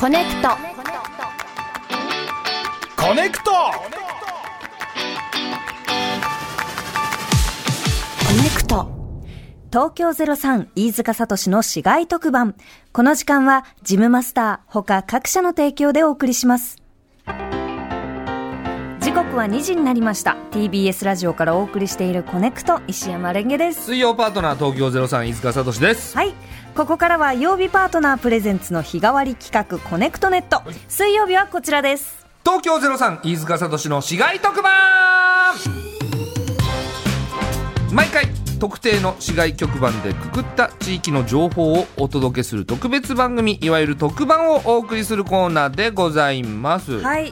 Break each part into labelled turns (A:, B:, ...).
A: コネクト
B: コネクト
A: コネクト
C: 東京03飯塚聡の市街特番。この時間はジムマスター他各社の提供でお送りします。時刻は2時になりました。TBS ラジオからお送りしているコネクト石山レンゲです。
B: 水曜パートナー東京03飯塚聡です
C: はい。ここからは曜日パートナープレゼンツの日替わり企画コネクトネット。水曜日はこちらです。
B: 東京03飯塚聡の市街特番毎回特定の市街局番でくくった地域の情報をお届けする特別番組いわゆる特番をお送りするコーナーでございます、
C: はい。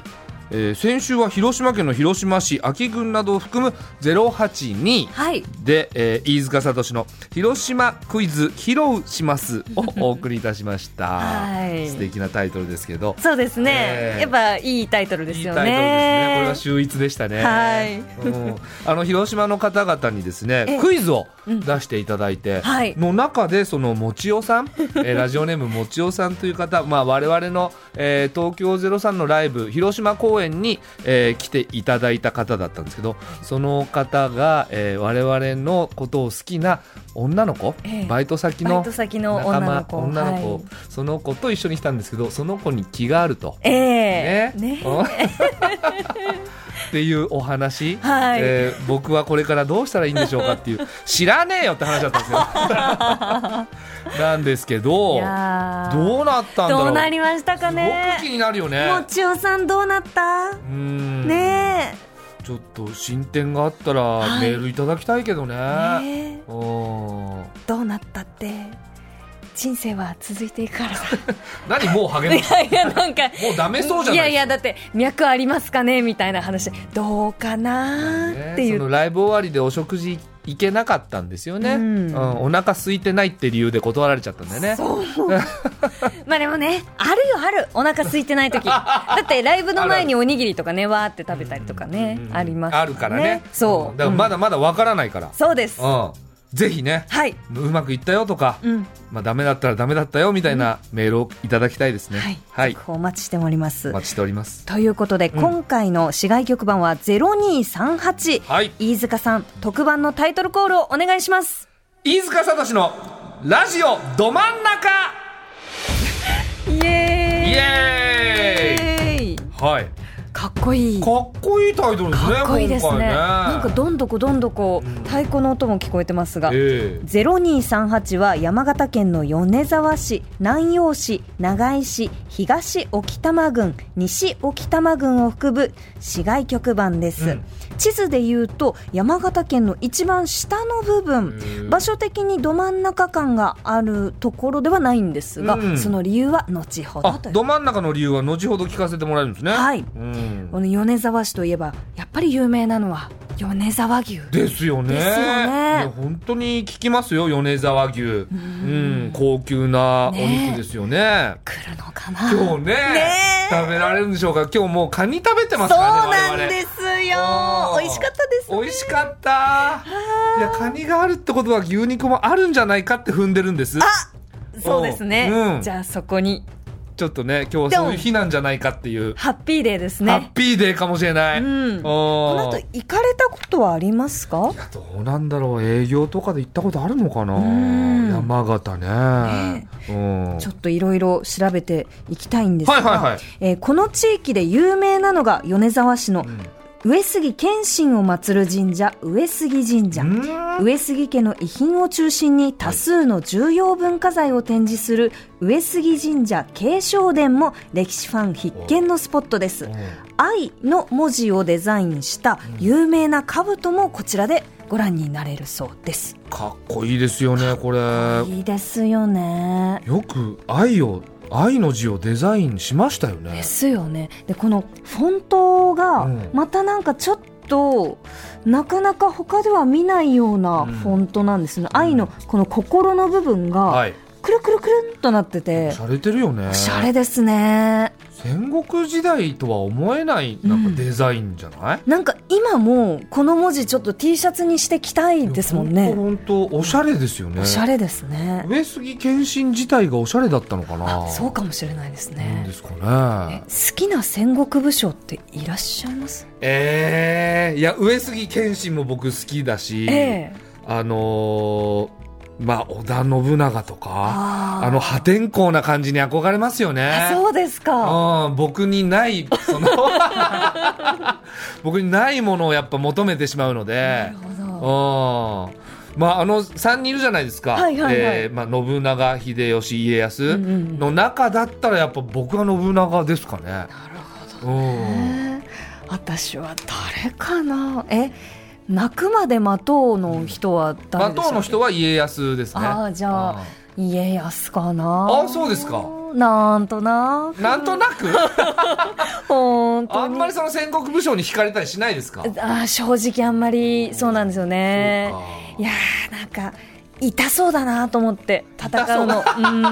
B: えー先週は広島県の広島市安芸郡などを含む082
C: はい。
B: で、えー飯塚聡の「広島クイズ披露します」を お送りいたしました、
C: はい
B: 素敵なタイトルですけど
C: そうですね、
B: えー
C: やっぱいいタイトルですよね。
B: いいタイトルですねこれは秀逸でしたね、
C: はい
B: うん あの広島の方々にですね
C: え
B: クイズを出していただいて、
C: はい
B: の中でそのもちお さん、えーラジオネームもちおさんという方、まあ、我々の、えー東京03のライブ広島公演に、えー来ていただいた方だったんですけどその方が、えー我々のことを好きな女の子、
C: ええ
B: バイト先
C: バイ
B: の
C: ト先の
B: 仲
C: 女の
B: 間
C: 子。
B: 女の子、
C: はい
B: その子と一緒に来たんですけどその子に気があると。
C: ええ
B: ね
C: ね
B: うんっていうお話、
C: はい
B: えー僕はこれからどうしたらいいんでしょうかっていう知らねえよって話だったん ですよなんですけ
C: い
B: ど
C: やー
B: どうなったんだろう
C: どうなりましたか
B: すごく気
C: ね。
B: になるよね
C: もちおさんどうなった？
B: うーん
C: ね
B: ちょっと進展があったら
C: はい
B: メールいただきたいけどね、
C: え。ねえ
B: おー
C: どうなったって人生は続いていくからさ。
B: 何もう励
C: い
B: む
C: やいやなんか。
B: もうダメそうじゃない
C: やいやだって脈ありますかねみたいな話どうかなーってい
B: ね、
C: う、
B: そのライブ終わりでお食事行けなかったんですよね、う
C: う
B: んんお腹空いてないって理由で断られちゃったんだよね
C: そうまあでもねあるよあるお腹空いてない 時だってライブの前におにぎりとかねわーって食べたりとかね
B: うん
C: あります
B: あるからね
C: そ
B: ん
C: う
B: だからまだまだわからないから、
C: そうです
B: うんぜひね
C: はいう
B: まくいったよとか、
C: うん
B: まあ、ダメだったらダメだったよみたいなメールをいただきたいですね、
C: はい、
B: はい
C: 続、報お待ちしております
B: お待ちしております
C: ということで、
B: ん
C: 今回の市外局番は0238、
B: はい
C: 飯塚さん特番のタイトルコールをお願いします
B: 飯塚聡のラジオど真ん中イエーイ
C: イエーイイエーイ
B: はい
C: かっこいい
B: かっこいいタイトルですね
C: かっこいいですね
B: 今回ね
C: なんかどんどこどんどこ
B: うん
C: 太鼓の音も聞こえてますが、
B: ええ
C: 0238は山形県の米沢市、南陽市、長井市、東沖多摩郡、西沖多摩郡を含む市街局番です、
B: うん
C: 地図で言うと山形県の一番下の部分、
B: うん
C: 場所的にど真ん中感があるところではないんですが、
B: うん
C: その理由は後ほど
B: あ
C: という
B: ど真ん中の理由は後ほど聞かせてもらえるんですね
C: はい
B: うん
C: この米沢市といえばやっぱり有名なのは米沢牛
B: ですよね
C: ですよね
B: いや本当に聞きますよ米沢牛うん、高級なお肉ですよね
C: 来るのかな
B: 今日ね
C: ねえ
B: 食べられるんでしょうか今日もうカニ食べてます
C: そう
B: からね
C: なんですすよ
B: うん
C: 美味しかったですね
B: 美味しかったいやカニがあるってことは牛肉もあるんじゃないかって踏んでるんです
C: そうですね、
B: うん
C: じゃあそこに
B: ちょっとね今日はそういう日なんじゃないかっていう、
C: ハッピーデーです
B: ハッ
C: ね
B: ピーデーかもしれない、
C: うん
B: おー
C: この後行かれたことはありますか
B: どうなんだろう営業とかで行ったことあるのかな
C: うん
B: 山形ねうん
C: ちょっといろいろ調べていきたいんですが、
B: はいはいはい
C: えーこの地域で有名なのが米沢市の上杉謙信を祀る神社上杉神社、
B: うん
C: 上杉家の遺品を中心に多数の重要文化財を展示する上杉神社継承殿も歴史ファン必見のスポットです「愛」の文字をデザインした有名な兜もこちらでご覧になれるそうです
B: かっこいいですよねこれ
C: いいですよね
B: よく愛を愛の字をデザインしましたよね
C: ですよねでこのフォントが
B: うん
C: またなんかちょっとなかなか他では見ないようなフォントなんですね、愛のこの心の部分が
B: はい
C: くるくるくるんとなってて、
B: 洒落てるよね
C: おしゃれですね。
B: 戦国時代とは思えないなんかデザインじゃない、
C: なんか今もこの文字ちょっと T シャツにして着たいですもんね
B: 本当おしゃれですよね
C: おしゃれですね
B: 上杉謙信自体がおしゃれだったのかな
C: そうかもしれないです
B: なん
C: ね
B: ですか
C: え
B: ね
C: 好きな戦国武将っていらっしゃいます
B: えー、いや上杉謙信も僕好きだし、
C: ええ
B: あのーまあ織田信長とか
C: あー
B: あの破天荒な感じに憧れますよね
C: あそうですか
B: うん、僕にないその 僕にないものをやっぱ求めてしまうの
C: な
B: で
C: る。ほど
B: うんまあ、あの3人いるじゃないですか、
C: はいはいはい
B: えーまあ、信長秀吉家康
C: うんうんうん
B: の中だったらやっぱ僕は信長ですかね。
C: なるほど
B: うん
C: ね私は誰かなえ泣くまで待とうの人は
B: ま
C: 誰
B: あ、
C: でしたっけ
B: 当の人は家康ですね。
C: ああじゃあ家康かな
B: あそうですか
C: なんとな
B: うんなんとな く
C: く本当に
B: あんまりその戦国武将に惹かれたりしないですか
C: あー正直あんまりそうなんですよね
B: そうか
C: いやーなんか痛そうだなと思って戦うのうーん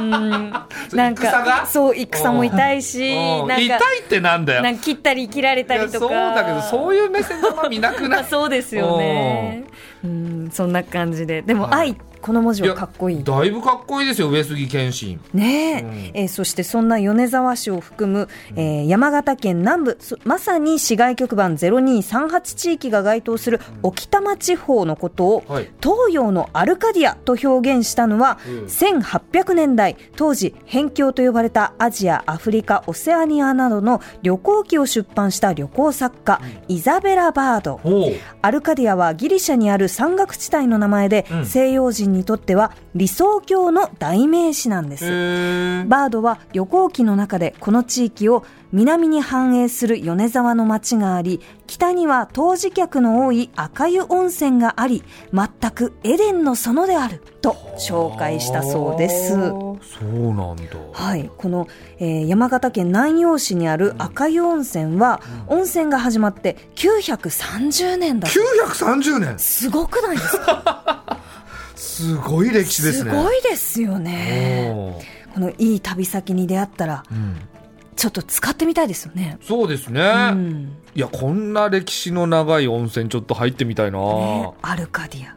C: なん
B: 戦が
C: かそう戦も痛いし
B: うん
C: なん
B: 痛
C: か
B: いってなんだよ。
C: なんか切ったり切られたりとか
B: いやそうだけどそう
C: いう
B: いう目線のまま見なく
C: ま
B: な
C: あ
B: い
C: そうですよねうんそんな感じででも「
B: はい
C: 愛」この文字はかっこいい
B: だいぶかっこいいですよ上杉謙信
C: ねえ
B: うん
C: えーそしてそんな米沢市を含む、えー山形県南部そまさに市街局番0238地域が該当する沖多摩地方のことを、
B: はい
C: 東洋のアルカディアと表現したのは、
B: うん
C: 1800年代当時辺境と呼ばれたアジアアフリカオセアニアなどの旅行記を出版した旅行作家、イザベラ・バード。
B: ほう
C: アルカディアはギリシャにある山岳地帯の名前で、
B: うん
C: 西洋人にとっては理想郷の代名詞なんです。
B: え
C: バードは旅行記の中でこの地域を南に繁栄する米沢の町があり、北には湯治客の多い赤湯温泉があり、全くエデンの園であると紹介したそうです。
B: そうなんだ
C: はい、この、えー山形県南陽市にある赤湯温泉は、温泉が始まって930年だ。
B: 930年
C: すごくな いですか
B: すごい歴史ですすね
C: ごいですよね。
B: おー
C: このいい旅先に出会ったら、
B: うん
C: ちょっと使ってみたいですよね。
B: そうですね、
C: うん。
B: いやこんな歴史の長い温泉ちょっと入ってみたいな、
C: ね、アルカディア。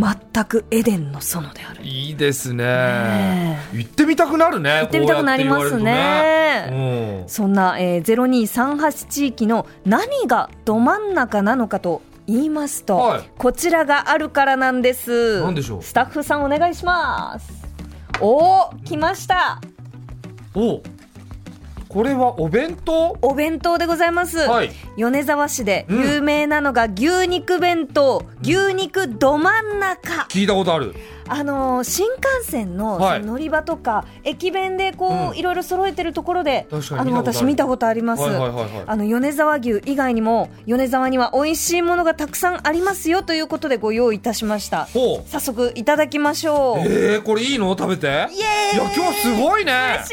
B: あ
C: 全くエデンの園である。
B: いいですね
C: ね
B: 行ってみたくなるね
C: 行ってみたくなります
B: こうやって言
C: ね。
B: われるとね
C: そんな、えー、0238地域の何がど真ん中なのかと言いますと、
B: はい
C: こちらがあるからなんです。
B: 何でしょう
C: スタッフさんお願いします。おー、来ました。
B: うんおこれはお弁当
C: お弁当でございます。
B: はい
C: 米沢市で有名なのが牛肉弁当、牛肉ど真ん中。
B: 聞いたことある
C: あのー新幹線の
B: はい
C: その乗り場とか、駅弁でこう、
B: うん
C: いろいろ揃えてるところで
B: 確かに
C: あの
B: 見たことある
C: 私見たことあります、
B: はいはいはいはい
C: あの米沢牛以外にも米沢には美味しいものがたくさんありますよということでご用意いたしました
B: ほう
C: 早速いただきましょう、
B: えー、これいいの食べていや
C: イエーイ
B: 今日すごいね
C: 嬉しい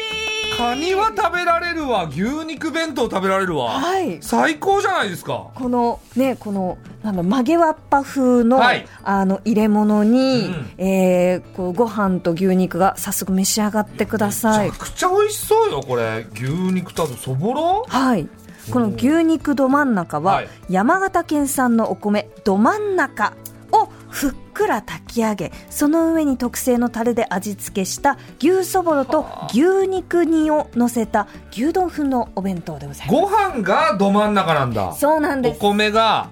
B: カニは食べられるわ牛肉弁当食べられるわ、
C: はい
B: 最高じゃないですか
C: このねこのなんだ曲げわっぱ風の,、
B: はい
C: あの入れ物に、
B: う
C: えーこうご飯と牛肉が早速召し上がってください
B: めちゃくちゃ美味しそうよこれ牛肉とあとそぼろ
C: はい。この牛肉ど真ん中
B: は
C: はい山形県産のお米ど真ん中をふっくら炊き上げその上に特製のタレで味付けした牛そぼろと牛肉煮を乗せた牛丼風のお弁当でございま
B: ご飯がど真ん中なんだ
C: すそうなん
B: お
C: です
B: 米が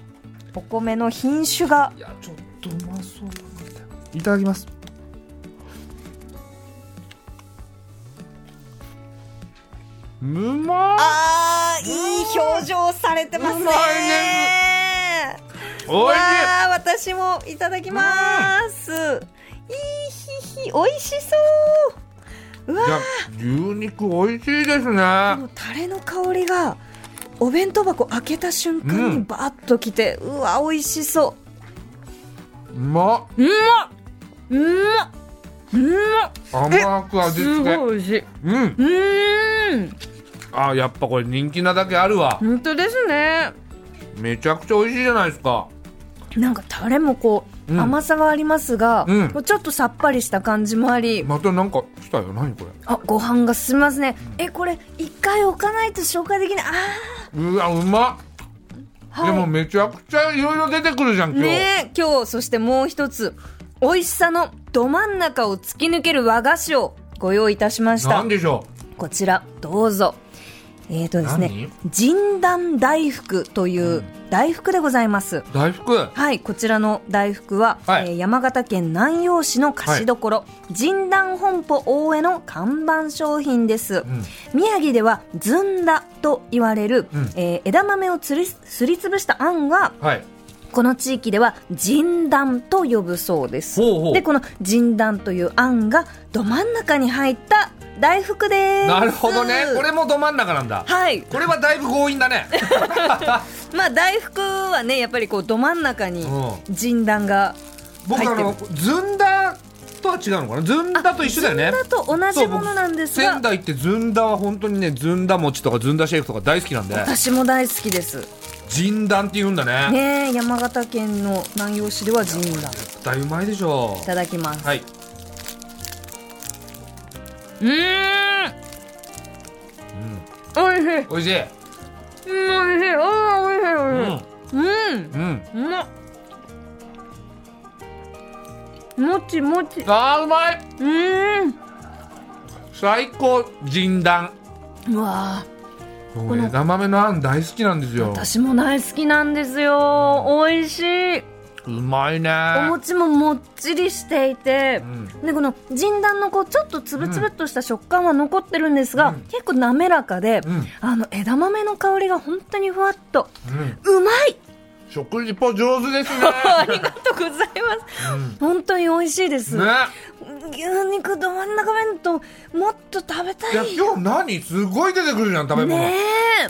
C: お米の品種が
B: いやちょっとうまそういただきますうまい
C: あーいい表情されてますね
B: うまいおいし
C: わあ私もいただきます、いいひひ美味しそうう
B: い
C: わ
B: い
C: ー
B: や牛肉美味しいですね
C: このタレの香りがお弁当箱開けた瞬間
B: う
C: に
B: ん
C: バーッときて、うわ美味しそう
B: まうま
C: ううんまっうんまっ
B: 甘く味付け
C: 美味しい
B: うん
C: うん
B: あやっぱこれ人気なだけあるわ
C: 本当ですね
B: めちゃくちゃ美味しいじゃないですか
C: なんかタレもこう、
B: うん
C: 甘さがありますが、
B: うん
C: もうちょっとさっぱりした感じもあり、
B: またなんか来たよ何これ
C: あご飯が進みますね、えこれ一回置かないと消化できないあ
B: うわうまっ、
C: ーはい
B: でもめちゃくちゃいろいろ出てくるじゃん今日、
C: ねえ今日そしてもう一つ美味しさのど真ん中を突き抜ける和菓子をご用意いたしました
B: なんでしょ
C: こちらどうぞえーとですね神壇大福という大福でございます、
B: う大福
C: はいこちらの大福は、
B: はい
C: えー山形県南陽市の菓子どころ、神壇本舗大江の看板商品です、
B: ん
C: 宮城ではずんだと言われる、
B: うん
C: えー枝豆をつりすりつぶしたあんが
B: はい
C: この地域では神壇と呼ぶそうです
B: ほうほう
C: でこの神壇という案がど真ん中に入った大福です
B: なるほどねこれもど真ん中なんだ
C: はい
B: これはだいぶ強引だ ね
C: まあ大福はねやっぱりこうど真ん中に
B: う
C: 神壇が
B: 僕あ
C: 入
B: の
C: っ
B: ずんだとは違うのかなずんだと一緒だよね
C: 神壇と同じものなんです
B: 仙
C: が
B: 台ってずんだは本当にねずんだ餅とかずんだシェイクとか大好きなんで
C: 私も大好きです
B: 人団って言うんだね
C: ねえ山形県の南陽市では神壇
B: 絶対うまいでしょ
C: いただきます、
B: はいう
C: ーんおいしい
B: 美味しい
C: うんおいしいあーおいしいおいしいう
B: う
C: ん
B: んうん
C: うまっもちもちう
B: あーうまい
C: ーん
B: 最高人団
C: うわ
B: 僕枝豆のあん大好きなんですよ
C: 私も大好きなんですよ美味しいう
B: まいね
C: お餅ももっちりしていて、
B: う
C: でこの陣団のこうちょっとつぶつぶっとした食感は残ってるんですが、
B: うん
C: 結構滑らかで、
B: うん
C: あの枝豆の香りが本当にふわっと
B: うん
C: うまい
B: 食リポ上手 ですね
C: ありがとうございます、本当に美味しいです、
B: ね
C: 牛肉ど真ん中弁当もっと食べた
B: いや
C: い
B: 今日何すごい出てくるじゃん食べ
C: ね
B: 物
C: え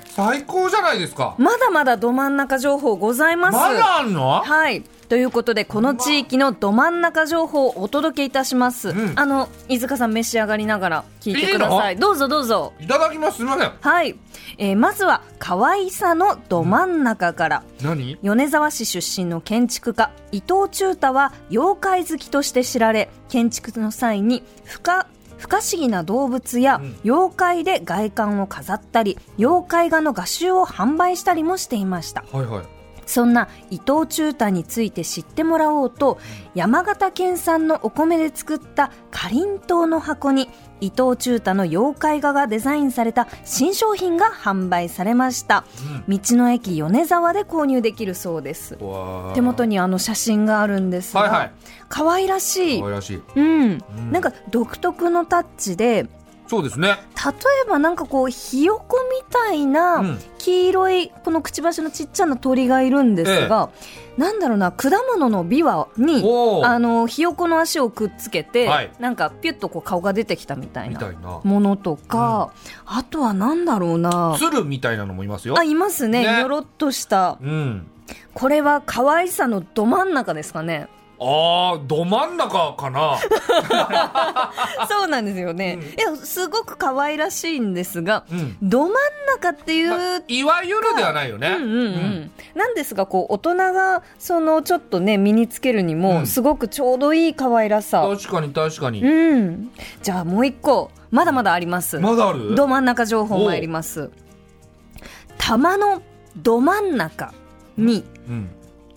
B: 最高じゃないですか
C: まだまだど真ん中情報ございます。
B: まだあんの
C: はい。ということで、この地域のど真ん中情報をお届けいたします。
B: うん
C: あの、飯塚さん召し上がりながら聞いてください。
B: い
C: どうぞどうぞ。
B: いただきますすいません
C: はい。えーまずは、可愛さのど真ん中から。
B: 何
C: 米沢市出身の建築家伊藤忠太は妖怪好きとして知られ建築の際に不可不可思議な動物や
B: うん
C: 妖怪で外観を飾ったり妖怪画の画集を販売したりもしていました
B: はいはい
C: そんな伊藤忠太について知ってもらおうと山形県産のお米で作ったかりんとうの箱に伊藤忠太の妖怪画がデザインされた新商品が販売されました、道の駅米沢で購入できるそうです
B: わー
C: 手元にあの写真があるんですが、
B: はいはい
C: 可愛らしい
B: 可愛らしい
C: うん、
B: ん
C: なんか独特のタッチで
B: そうですね
C: 例えばなんかこうひよこみたいうなん黄色いこのくちばしのちっちゃな鳥がいるんですが、なんだろうな果物のビワに
B: おお
C: あのひよこの足をくっつけて、
B: はい
C: なんかピュッとこう顔が出てきたみたい
B: みた
C: ない
B: な
C: ものとか、あとはなんだろうな
B: 鶴みたいなのもいますよ
C: あいますね
B: ね
C: よろっとした
B: うん
C: これは可愛さのど真ん中ですかね
B: あーど真ん中か な
C: そうなんですよね、いやすごく可愛らしいんですが、
B: うん
C: ど真ん中っていう
B: いわゆるではないよね
C: うんうんうん、なんですがこう大人がそのちょっとね身につけるに
B: う
C: も
B: ん
C: すごくちょうどいい可愛らしさ、うん
B: 確かに確かに、
C: じゃあもう一個まだまだあります、
B: まだある
C: ど真ん中情報参ります玉のど真ん中に
B: うん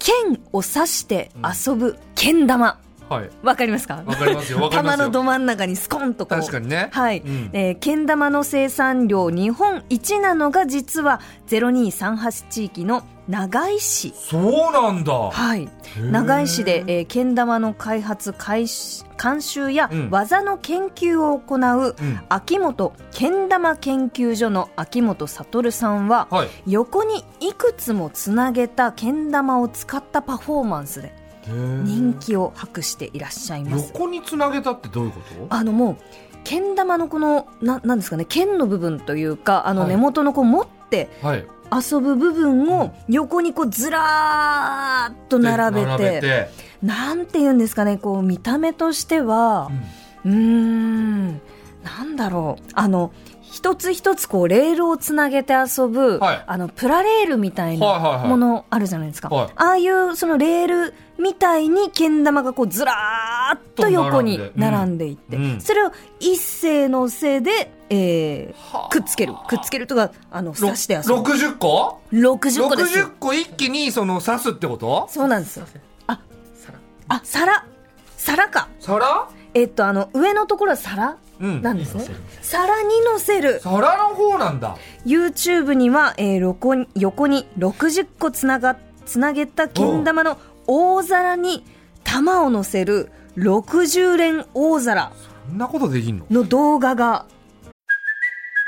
C: 剣を刺して遊ぶ剣玉
B: はい
C: わかりますか
B: わかりますよわかりま
C: 玉
B: すよ
C: のど真ん中にスコンとこう
B: 確かにね
C: はい、
B: うん
C: えー、けん玉の生産量日本一なのが実は0238地域の長井市。
B: そうなんだ
C: はい、長井市で、えー、けん玉の開発開始監修や
B: うん
C: 技の研究を行う、
B: うん
C: 秋元けん玉研究所の秋元悟さんは、
B: はい
C: 横にいくつもつなげたけん玉を使ったパフォーマンスで人気を博していらっしゃいます。
B: 横につなげたってどういうこと
C: あのもうけん玉のこのななんですかね剣の部分というかあの
B: はい
C: 根元のこう持って
B: はい
C: 遊ぶ部分を横にこうずらーっと並べ
B: 並べ
C: て
B: て
C: なんて言うんですかねこう見た目としては
B: うん
C: うーんなんだろうあのひ一つ一つこうレールをつなげて遊ぶ、
B: はい
C: あのプラレールみた
B: は
C: い
B: いはい
C: な
B: はい
C: ものあるじゃないですか、
B: はい
C: ああいうそのレールみたいにけん玉がこうずらーっと横に
B: と並んで
C: 並んでいって、
B: うんうん
C: それを一斉のせいで、え
B: はあ
C: ー、くっつけるくっつけるとかあの
B: ろ
C: 刺して遊ぶ
B: 60個
C: 60個ですよ
B: ?60 個一気にその刺すってこと
C: そうなんですよあ
B: 皿
C: あ皿皿か
B: 皿
C: えっとあの上のところは皿
B: うん
C: なんですね、皿に乗せる
B: 皿の方なんだ
C: YouTube には、えー横に横に60個つながつなげたけん玉の大皿に玉を乗せる60連大皿
B: そんなことできんの
C: の動画が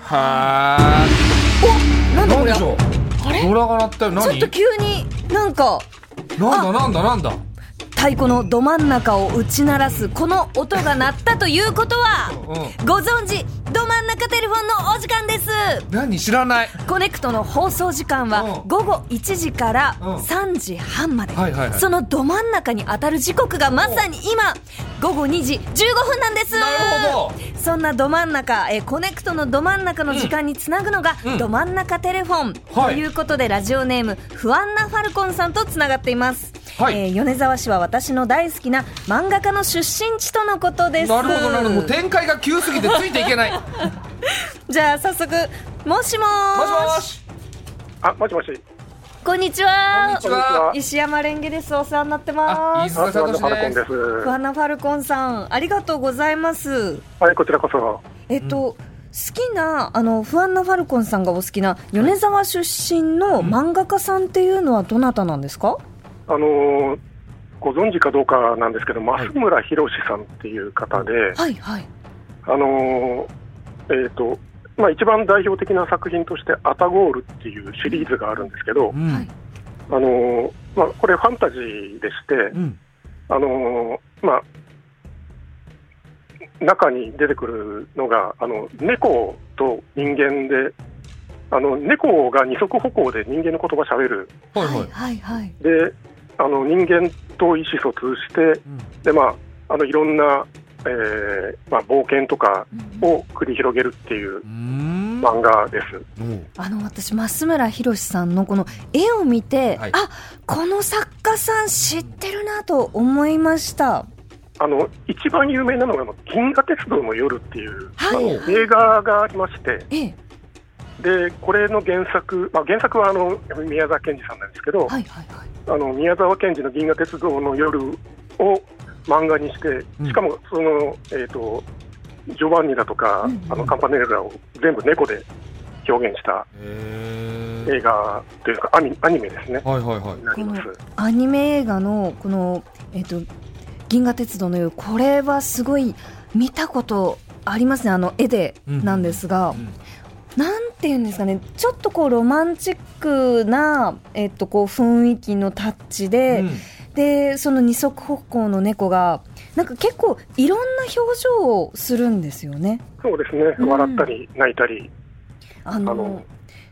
B: は
C: な
B: ー
C: んだ
B: なん
C: これ
B: でし
C: ちょ
B: ょうドラが鳴ったよ何
C: っと急になんか
B: なんだなんだなんだ
C: 太鼓のど真ん中を打ち鳴らすこの音が鳴ったということは
B: う
C: ご存知ど真ん中テレフォンのお時間です
B: 何知らない
C: コネクトの放送時間は
B: うん
C: 午後1時から
B: うん
C: 3時半まで、
B: はいはいはい
C: そのど真ん中に当たる時刻がまさに今午後2時15分なんです
B: なるほど
C: そんなど真ん中、えーコネクトのど真ん中の時間につなぐのが、
B: うん
C: ど真ん中テレフォン、
B: はい
C: ということでラジオネーム不安なファルコンさんとつながっています、
B: はい
C: えー米沢市は私の大好きな漫画家の出身地とのことです
B: なるほどなるほどもう展開が急すぎてついていけ ないもし
C: じゃあ早速もしもー
B: もし
D: あ、もしもし。
C: こんにちは
B: こんにちは
C: 石山レンゲですお世話になって
B: あ、
C: ま
B: 飯
C: す
B: 塚
D: あ、すいません、
B: 聡
D: ハルコ
B: で
D: ン
B: す
D: です。
C: 不安なファルコンさんありがとうございます
D: はい、こちらこそ。
C: えっと、好きなあの不安なファルコンさんがお好きな米沢出身の漫画家さんっていうのはどなたなんですか、
D: あのーご存知かどうかなんですけど、増村博さんっていう方で、
C: はいはい
D: あのーえっ、と、まあ、一番代表的な作品として、アタゴールっていうシリーズがあるんですけど
B: う、ん
D: あのーまあ、これファンタジーでして、
B: うん
D: あのーまあ、中に出てくるのが、あの、猫と人間で、あの、猫が二足歩行で人間の言葉喋る
B: はいはい
C: はいはい
D: であの人間と意思疎通して
B: うん
D: で、まあ、あのいろんな、えーまあ、冒険とかを繰り広げるっていう
B: うーん
D: 漫画です。
B: おう
C: あの私増村博さんのこの絵を見て、
B: はい
C: あこの作家さん知ってるなと思いました
D: あの一番有名なのがあの「銀河鉄道の夜」っていう、
C: はい
D: あの映画がありまして
C: ええ
D: でこれの原作、まあ、原作はあの宮沢賢治さんなんですけど、
C: はいはいはい
D: あの宮沢賢治の「銀河鉄道の夜」を漫画にして
B: うん
D: しかもその、えー、とジョバンニだとか、
C: うんうん
D: あのカンパネラを全部猫で表現した
B: へー
D: 映画というかアニアニメですね。
B: はいはいはい
D: になります
C: アニメ映画のこのえっ、と銀河鉄道の夜これはすごい見たことありますねあの絵でなんですが、
B: うん
C: なんていうんですかねちょっとこうロマンチックな、えっと、こう雰囲気のタッチで、
B: うん
C: でその二足歩行の猫がなんか結構いろんな表情をするんですよね。
D: そうですね、
C: うん
D: 笑ったり泣いたり
C: あの
D: あの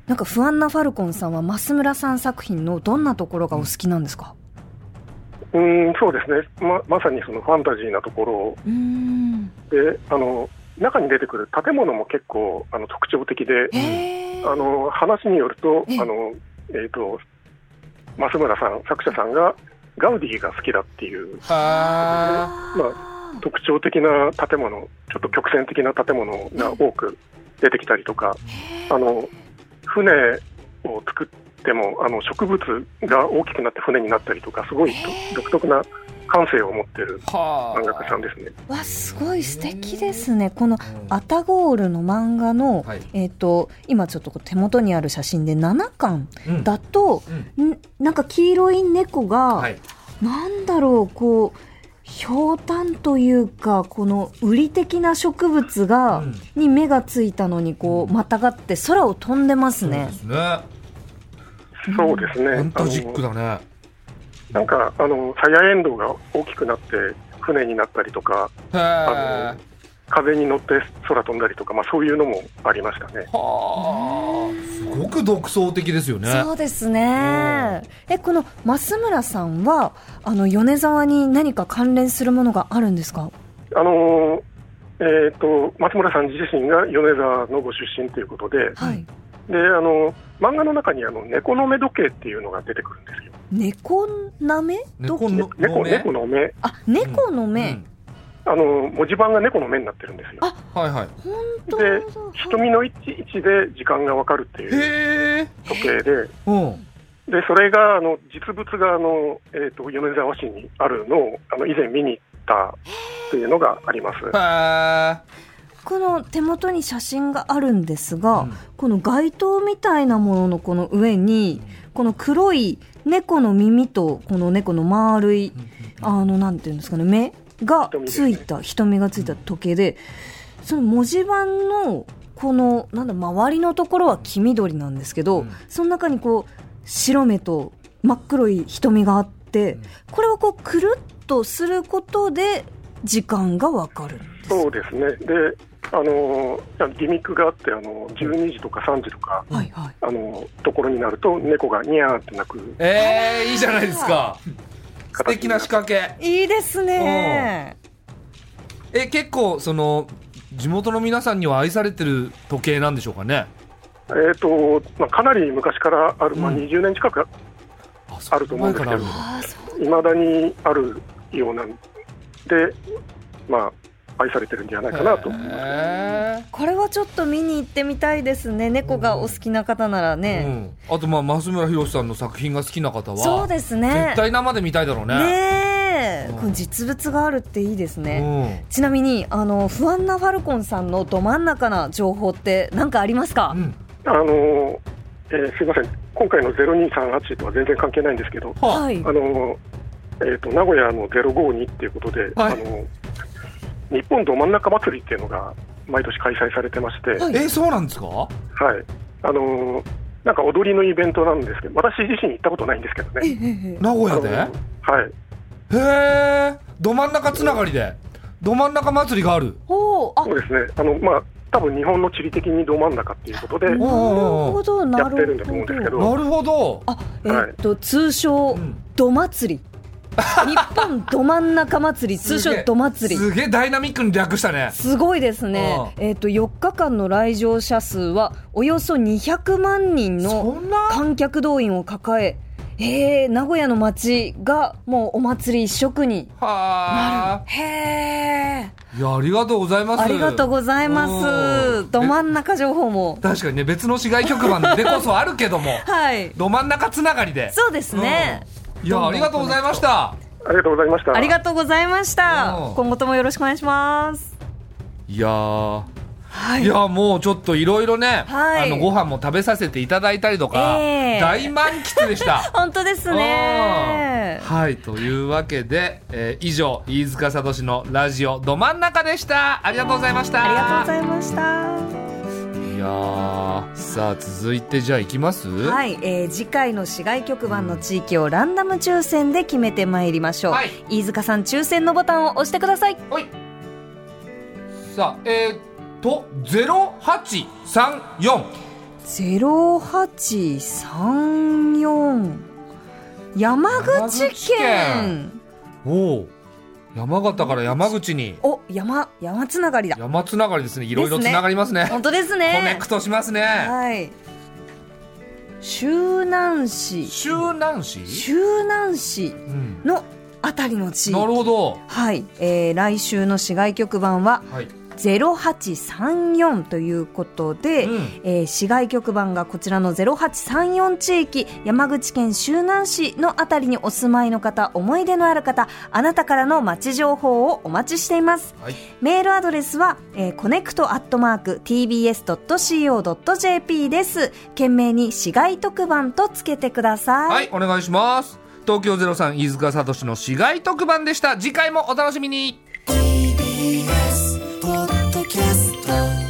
C: なんか不安なファルコンさんは増村さん作品のどんなところがお好きなんですか
D: うーんそうですねままさにそのファンタジーなとこ
C: うーん
D: ろであの中に出てくる建物も結構あの特徴的で
C: へー
D: あの話によると
C: ええ
D: あの、えー、と増村さん作者さんがガウディが好きだっていう
B: は
C: あ
D: ま
C: ー
D: 特徴的な建物ちょっと曲線的な建物が多く出てきたりとかあの船を作ってもあの植物が大きくなって船になったりとかすごいと独特な感性を持ってる
B: ーは
D: 漫画家さんですね。
C: わすごい素敵ですねこの「アタゴール」の漫画の、
B: はい
C: えっと今ちょっとこう手元にある写真で7巻
B: うん
C: だと、んなんか黄色い猫が、
B: はい
C: なんだろうこうひょうたんというかこの売り的な植物が、
B: うん
C: に目がついたのにこうまたがって空を飛んでますね
B: ですね。
D: そうですね。
B: ファンタジックだね。
D: あのなんか、あの、サヤエンドウが大きくなって、船になったりとか、
B: へえ。
D: あ
B: は
D: の風に乗って空飛んだりとか、まあ、そういうのもありましたね。
B: あ。すごく独創的ですよね。
C: そうですねえこの増村さんはあの米沢に何か関連するものがあるんですか
D: あのえー、と松村さん自身が米沢のご出身ということで
C: はい
D: であの漫画の中にあの猫の目時計っていうのが出てくるんですよ
C: 猫なめ
B: 猫の
D: 猫
B: 目
D: 猫の目
C: あ猫の目、
B: うん
D: あの文字盤が猫の目になってるんですよ
C: あ
B: はいはい。
C: 本当だ
D: で瞳の位置位置で時間がわかるっていう
B: へえ。
D: 時計で
B: うん。
D: でそれがあの実物があの、えー、と米沢市にあるのをあの以前見に行ったっていうのがあります
B: へえ。
C: この手元に写真があるんですが、
B: うん
C: この街灯みたいなもののこの上にこの黒い猫の耳とこの猫の丸いあのなんていうんですかね目がついた瞳がついた時計でその文字盤のこのなんだ周りのところは黄緑なんですけど、
B: うん
C: その中にこう白目と真っ黒い瞳があって、
B: ん
C: これをこうくるっとすることで時間がわかるんです
D: そうですねであのギミックがあってあの12時とか3時とか
C: はいはい
D: あのところになると猫がニャーって鳴く
B: ええいいじゃないですか。素
D: 形
B: 敵
D: に
B: な
D: な
B: 仕掛け。
C: いいですね。
B: え結構その地元の皆さんには愛されてる時計なんでしょうかね。
D: えーとまあ、かなり昔からある、まあ、
B: うん
D: 20年近く
B: あ
D: あると思うんです
B: 前から
D: けど
B: あるんだ
C: ああ、そう。
D: いまだにあるようなんで、まあ、愛されてるんじゃないかなと思います。
B: へ
C: これはちょっと見に行ってみたいですね。猫がお好きな方なら
B: えう
C: ね。
B: ん、あとまあ増村博さんの作品が好きな方は
C: そうですね
B: 絶。対生で見たいだろう
C: ね
B: ね
C: え、
B: うん
C: この実物があるっていいですね。
B: ね
C: ちなみにあの不安なファルコンさんのど真ん中な情報って何かありますか
B: うん、う？ん、
D: あのーえーすいません、今回の0238とは全然関係ないんですけど、
B: はあ
C: はい
D: あ。のーえー、と名古屋の052っていうことで、
B: はい
D: あのー日本ど真ん中祭りっていうのが毎年開催されてまして、
B: えそうなんですか
D: はいあのーなんか踊りのイベントなんですけど、私自身行ったことないんですけどね。
B: 名古屋で
D: あのはい
B: へえど真ん中つながりでど真ん中祭りがある
C: おお、あ、な
D: そう
C: る
D: ですね、あのまあ多分日本の地理的にど真ん中っていうことで、
B: ん
C: ほどな
D: やってる
C: る
D: んだと思うんです
C: ほ
D: け
C: ど。
D: ど、
B: なるほど
C: あ、え
D: はい
C: っと通称
B: うん
C: ど祭り。日本ど真ん中祭り、通
B: すげ
C: 称
B: え
C: ど祭り。
B: すげえダイナミックに略したね
C: すごいですね、
B: う
C: えー、と4日間の来場者数はおよそ200万人
B: そ
C: の
B: んな
C: 観客動員を抱え、えー、名古屋の街がもうお祭り一色に。
B: はあ
C: へー
B: いやありがとうございます
C: ありがとうございま
B: うん
C: す。ど真ん中情報も。
B: 確かにね別の市外局番でこそあるけども
C: はい。
B: ど真ん中つながりで
C: そうですね。
B: いやありがとうございました
D: ありがとうございました。
C: ありがとうございました
B: うん。
C: 今後ともよろしくお願いします。
B: いやー
C: はい
B: やもうちょっといろいろね、
C: は
B: あ
C: い
B: のご飯も食べさせていただいたりとか、
C: ええ
B: 大満喫でした
C: 本当ですね
B: うん。はいというわけで、えー以上飯塚聡のラジオど真ん中でしたありがとうございました
C: ありがとうございました。
B: いやーさあ続いてじゃあいきます
C: はいい、えー次回の市外局番の地域をランダム抽選で決めてまいりましょう、
B: はい
C: 飯塚さん抽選のボタンを押してください
B: ほいさあえー、っと0834
C: 0834山口
B: 山
C: 県
B: 口県おお山形から山口に
C: お山山つながりだ
B: 山つながりですねいろいろつながりますね
C: 本当です
B: コネ
C: ね
B: クトしますね
C: はい周南市
B: 周南市、
C: 周南市
B: うん、
C: のあたりの地
B: なる
C: 域
B: ほど
C: はい、えー来週の市外局番は
B: はい、
C: 0834ということで、
B: うん
C: えー市外局番がこちらの0834地域山口県周南市のあたりにお住まいの方思い出のある方あなたからの街情報をお待ちしています
B: はい、
C: メールアドレスは、えー、connect.tbs.co.jp です。懸命に市外特番とつけてください。
B: はい、お願いします東京03飯塚聡の市街特番でした次回もお楽しみに
E: TBS ポッドキャスト